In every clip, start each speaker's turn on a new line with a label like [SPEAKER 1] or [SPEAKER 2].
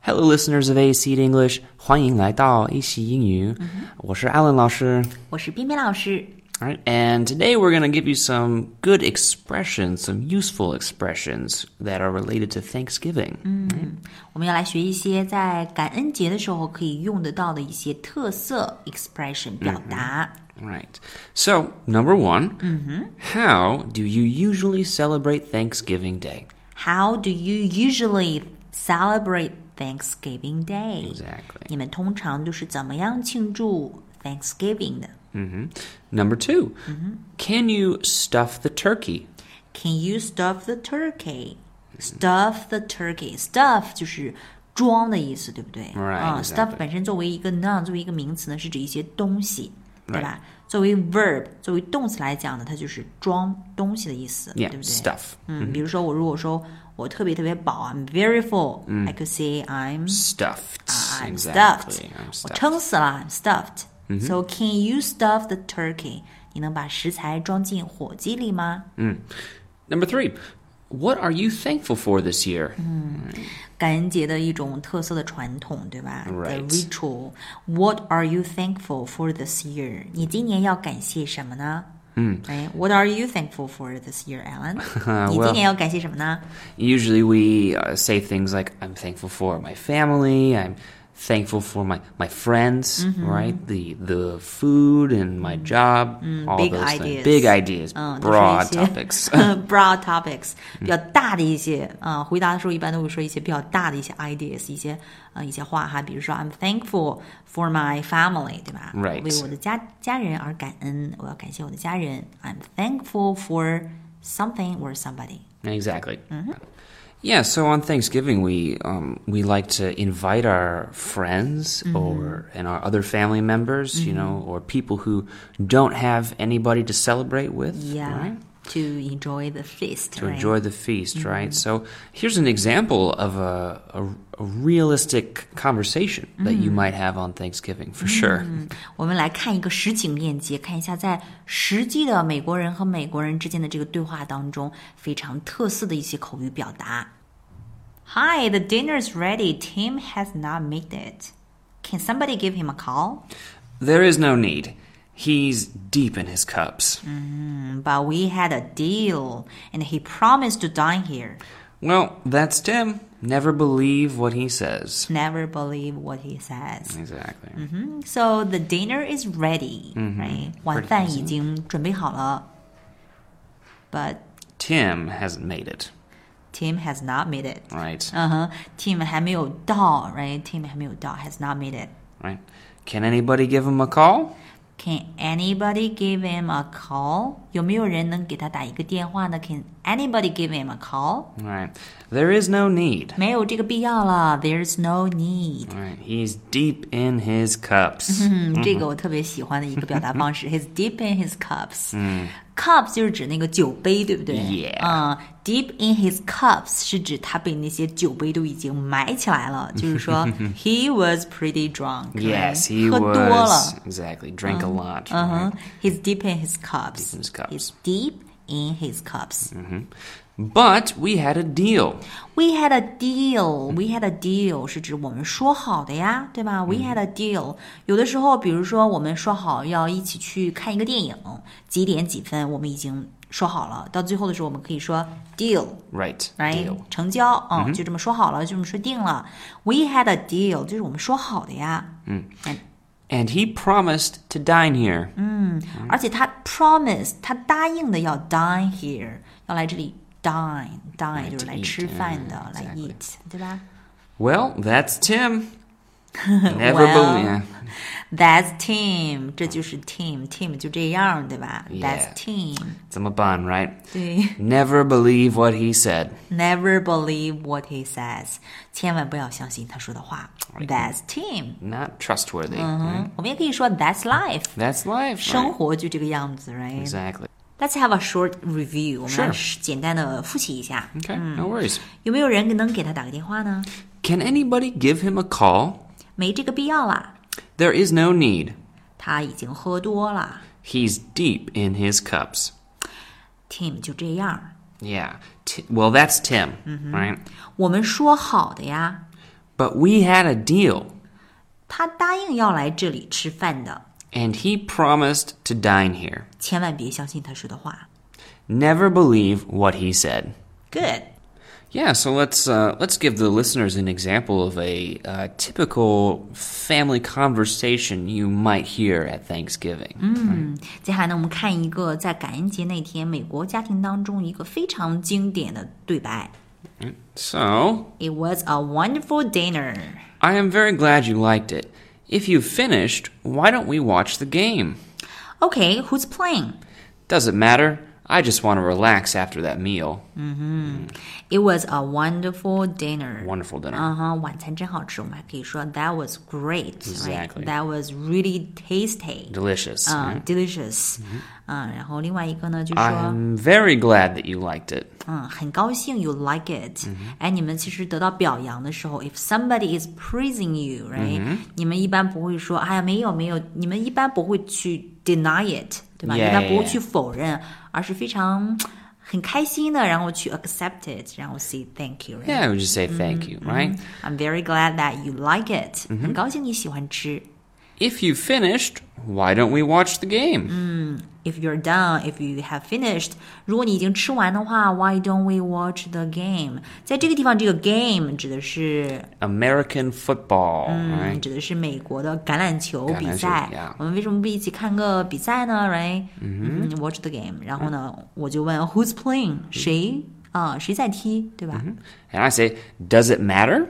[SPEAKER 1] Hello, listeners of A Seed English，欢迎来到一席英语。
[SPEAKER 2] Mm-hmm.
[SPEAKER 1] 我是 Alan 老师。
[SPEAKER 2] 我是冰冰老师。
[SPEAKER 1] All right, and today we're going to give you some good expressions, some useful expressions that are related to Thanksgiving.
[SPEAKER 2] Mm. 我们要来学一些在感恩节的时候可以用得到的一些特色 expression 表达。
[SPEAKER 1] All right. So, number one,
[SPEAKER 2] Mm-hmm.
[SPEAKER 1] how do you usually celebrate Thanksgiving Day?
[SPEAKER 2] How do you usually celebrate Thanksgiving Day？、
[SPEAKER 1] Exactly.
[SPEAKER 2] 你们通常都是怎么样庆祝 Thanksgiving 的
[SPEAKER 1] Number 2
[SPEAKER 2] Mm-hmm.
[SPEAKER 1] can you stuff the turkey?
[SPEAKER 2] ？Can you stuff the turkey? Stuff the turkey. Stuff 就是装的意思，对不对？
[SPEAKER 1] Right,
[SPEAKER 2] 啊
[SPEAKER 1] exactly.
[SPEAKER 2] ，stuff 本身作为一个 noun，作为一个名词呢，是指一些东西，对吧？作为 verb，作为动词来讲呢，它就是装东西的意思
[SPEAKER 1] Yeah,
[SPEAKER 2] 对不对
[SPEAKER 1] stuff.
[SPEAKER 2] 嗯，比如说我如果说我特别特别饱，I'm 啊 very full，I、could say I'm uh,
[SPEAKER 1] Stuffed.
[SPEAKER 2] I'm
[SPEAKER 1] 嗯 exactly.
[SPEAKER 2] stuffed，
[SPEAKER 1] I'm
[SPEAKER 2] 我
[SPEAKER 1] stuffed. 嗯
[SPEAKER 2] 撑死了，I'm stuffed、So can you stuff the turkey？你能把食材装进火鸡里吗？
[SPEAKER 1] Number 3, what are you thankful for this year?
[SPEAKER 2] 感恩节的一种特色的传统，对吧
[SPEAKER 1] Right.
[SPEAKER 2] The ritual. What are you thankful for this year？你今年要感谢什么呢？嗯，哎，What are you thankful for this year, Alan？你今年要感谢什么呢
[SPEAKER 1] Usually we uh, say things like, I'm thankful for my family, I'm thankful for my, my friends,
[SPEAKER 2] Mm-hmm.
[SPEAKER 1] right? The the food and my job, all
[SPEAKER 2] Mm. big
[SPEAKER 1] those
[SPEAKER 2] ideas. Oh,
[SPEAKER 1] things. Big ideas,
[SPEAKER 2] 嗯，都是一
[SPEAKER 1] broad
[SPEAKER 2] 些 嗯
[SPEAKER 1] topics. 嗯
[SPEAKER 2] broad topics 比较大的一些啊、呃回答的时候一般都会说一些比较大的一些 ideas，一些呃一些话哈，比如说 I'm thankful for my family，对吧
[SPEAKER 1] Right.
[SPEAKER 2] 为我的家家人而感恩，我要感谢我的家人。I'm thankful for something or somebody。
[SPEAKER 1] Exactly.
[SPEAKER 2] Mm-hmm.
[SPEAKER 1] Yeah, so on Thanksgiving we um, we like to invite our friends
[SPEAKER 2] Mm-hmm.
[SPEAKER 1] or and our other family members, you know, or people who don't have anybody to celebrate with,
[SPEAKER 2] Yeah,
[SPEAKER 1] right?
[SPEAKER 2] to enjoy the feast.
[SPEAKER 1] To enjoy the feast, right? So here's an example of a, a, a realistic conversation that you might have on Thanksgiving for sure.
[SPEAKER 2] 我们来看一个实景链接，看一下在实际的美国人和美国人之间的这个对话当中非常特色的一些口语表达。Hi, the dinner's ready. Tim has not made it. Can somebody give him a call?
[SPEAKER 1] There is no need. He's deep in his cups.
[SPEAKER 2] Mm, But we had a deal, and he promised to dine here.
[SPEAKER 1] Well, that's Tim. Never believe what he says.
[SPEAKER 2] Never believe what he says.
[SPEAKER 1] Exactly.
[SPEAKER 2] So the dinner is ready, right? 晚饭已经准备好了。But
[SPEAKER 1] Tim hasn't made it,
[SPEAKER 2] Tim has not made it.
[SPEAKER 1] right?
[SPEAKER 2] 嗯哼，team 还没有到，right？team 还没有到，has not made it。
[SPEAKER 1] Right? Can anybody give him a call?
[SPEAKER 2] Can anybody give him a call？有没有人能给他打一个电话呢？Can anybody give him a call？
[SPEAKER 1] All right. There is no need.
[SPEAKER 2] 没有这个必要了，There's no need。
[SPEAKER 1] All right. He's deep in his cups.
[SPEAKER 2] 嗯，这个我特别喜欢的一个表达 方式，He's deep in his cups。嗯，cups 就是指那个酒杯，对不对
[SPEAKER 1] Yeah
[SPEAKER 2] 嗯，deep in his cups 是指他被那些酒杯都已经埋起来了，就 是说 he was pretty drunk。
[SPEAKER 1] yes, he
[SPEAKER 2] 喝多了
[SPEAKER 1] was。exactly drank a lot.
[SPEAKER 2] Uh
[SPEAKER 1] right?
[SPEAKER 2] huh. He's deep in his cups.
[SPEAKER 1] in his cups.
[SPEAKER 2] He's deep in his cups.
[SPEAKER 1] But we had a deal.
[SPEAKER 2] We had a deal. We had a deal 是指我们说好的呀，对吧？We had a deal. 有的时候，比如说我们说好要一起去看一个电影，几点几分，我们已经说好了。到最后的时候，我们可以说 deal。
[SPEAKER 1] Right.
[SPEAKER 2] right
[SPEAKER 1] Deal.
[SPEAKER 2] 成交啊、就这么说好了，就这么说定了。We had a deal，就是我们说好的呀。嗯
[SPEAKER 1] And he promised to dine here.
[SPEAKER 2] Mm. 而且他 promise 他答应的要 dine here，要来这里 dine dine 就是来
[SPEAKER 1] eat，
[SPEAKER 2] 吃饭的
[SPEAKER 1] 嗯，
[SPEAKER 2] 来
[SPEAKER 1] exactly
[SPEAKER 2] eat，对吧
[SPEAKER 1] Well, that's Tim. Never
[SPEAKER 2] Well,
[SPEAKER 1] believe. yeah.
[SPEAKER 2] ？That's team，这就是 team，team 就这样，对吧
[SPEAKER 1] 嗯 Yeah
[SPEAKER 2] ？That's team，
[SPEAKER 1] It's a bun, right?
[SPEAKER 2] 对
[SPEAKER 1] Never believe what he said.
[SPEAKER 2] ，Never believe what he says，千万不要相信他说的话。That's team，
[SPEAKER 1] Not trustworthy.
[SPEAKER 2] 嗯，我们也可以说 That's life，
[SPEAKER 1] That's life.
[SPEAKER 2] 生
[SPEAKER 1] Right?
[SPEAKER 2] 活就这个样子，right？
[SPEAKER 1] Exactly.
[SPEAKER 2] Let's have a short review，我们来
[SPEAKER 1] Sure
[SPEAKER 2] 简单的复习一下。
[SPEAKER 1] Okay, no worries.
[SPEAKER 2] 有没有人能给他打个电话呢？
[SPEAKER 1] Can anybody give him a call?
[SPEAKER 2] 没这个必要啦。
[SPEAKER 1] There is no need.
[SPEAKER 2] 他已经喝多了
[SPEAKER 1] He's deep in his cups.
[SPEAKER 2] ，Tim 就这样。Mm-hmm.
[SPEAKER 1] Yeah. Ti well, that's Tim, right?
[SPEAKER 2] 我们说好的呀，
[SPEAKER 1] But we had a deal,
[SPEAKER 2] 他答应要来这里吃饭的，
[SPEAKER 1] and he promised to dine here.
[SPEAKER 2] 千万别相信他说的话。
[SPEAKER 1] Never believe what he said.
[SPEAKER 2] Good.
[SPEAKER 1] Yeah, so let's uh, let's give the listeners an example of a uh, typical family conversation you might hear at Thanksgiving.
[SPEAKER 2] 接下来呢，我们看一个在感恩节那天美国家庭当中一个非常经典的对白。
[SPEAKER 1] So,
[SPEAKER 2] It was a wonderful dinner.
[SPEAKER 1] I am very glad you liked it. If you've finished, why don't we watch the game?
[SPEAKER 2] Okay, who's playing?
[SPEAKER 1] Doesn't matter. I just want to relax after that meal.
[SPEAKER 2] It was a wonderful dinner.
[SPEAKER 1] Wonderful dinner.
[SPEAKER 2] 嗯哼，晚餐真好吃，我们还可以说 That was great. right?
[SPEAKER 1] Exactly.
[SPEAKER 2] That was really tasty.
[SPEAKER 1] Delicious. Mm-hmm.
[SPEAKER 2] 嗯、d e l i c i o u s 嗯、然后另外一个呢，就说
[SPEAKER 1] I'm very glad that you liked it.
[SPEAKER 2] 嗯，很高兴 you like it。哎，
[SPEAKER 1] 嗯
[SPEAKER 2] 你们其实得到表扬的时候，if somebody is praising you，right？、你
[SPEAKER 1] 嗯
[SPEAKER 2] 们一般不会说，哎呀，没有没有，你们一般不会去 deny it，对吧
[SPEAKER 1] Yeah,
[SPEAKER 2] 一般不
[SPEAKER 1] yeah,
[SPEAKER 2] 会去否认，而是非常很开心的，然后去 accept it，然后 say thank you，right？
[SPEAKER 1] Yeah, I would just say thank you, right?
[SPEAKER 2] I'm very glad that you like it.
[SPEAKER 1] 嗯
[SPEAKER 2] 很高兴你喜欢吃。
[SPEAKER 1] If you've finished, why don't we watch the game?
[SPEAKER 2] If you're done, if you have finished，如果你已经吃完的话，Why don't we watch the game？在这个地方，这个 game 指的是
[SPEAKER 1] American football,
[SPEAKER 2] 嗯
[SPEAKER 1] right?
[SPEAKER 2] 指的是美国的橄榄球比赛
[SPEAKER 1] 橄榄球，yeah。
[SPEAKER 2] 我们为什么不一起看个比赛呢？Right？嗯，watch 嗯 the game。然后呢，我就问 Who's playing？谁啊？谁在踢？对吧？
[SPEAKER 1] And I say, does it matter?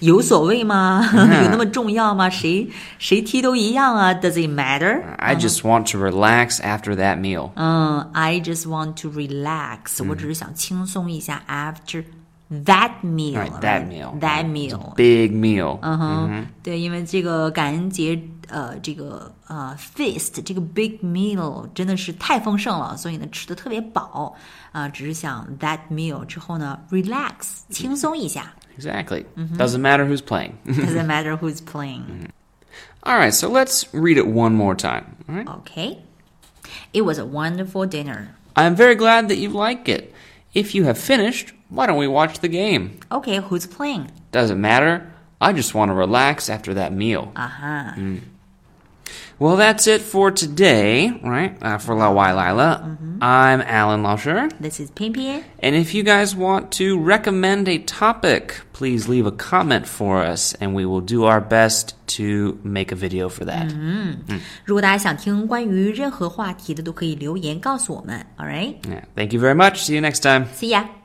[SPEAKER 2] 有所谓吗？ 有那么重要吗？谁谁踢都一样啊？Does it matter？
[SPEAKER 1] I just want to relax after that meal.
[SPEAKER 2] 嗯，I just want to relax，、我只是想轻松一下。After that meal,
[SPEAKER 1] Right, that meal,
[SPEAKER 2] that
[SPEAKER 1] right.
[SPEAKER 2] meal，
[SPEAKER 1] Big meal.
[SPEAKER 2] 嗯哼，对，因为这个感恩节，呃，这个呃 feast 这个 big meal 真的是太丰盛了，所以呢吃的特别饱啊、只是想 that meal 之后呢 relax 轻松一 下。
[SPEAKER 1] Exactly. Doesn't matter who's playing.
[SPEAKER 2] Doesn't matter who's playing.
[SPEAKER 1] All right, so let's read it one more time. All right.
[SPEAKER 2] Okay, it was a wonderful dinner.
[SPEAKER 1] I'm very glad that you like it. If you have finished, why don't we watch the game?
[SPEAKER 2] Okay, who's playing?
[SPEAKER 1] Doesn't matter. I just want to relax after that meal.
[SPEAKER 2] 啊哈。
[SPEAKER 1] Well, that's it for today, right? Uh, for La Wai Lila. I'm Alan Lauscher.
[SPEAKER 2] This is 偏偏。
[SPEAKER 1] And if you guys want to recommend a topic, please leave a comment for us, and we will do our best to make a video for that.
[SPEAKER 2] 如果大家想听关于任何话题的，都可以留言告诉我们。All right,
[SPEAKER 1] Yeah. Thank you very much. See you next time.
[SPEAKER 2] see ya.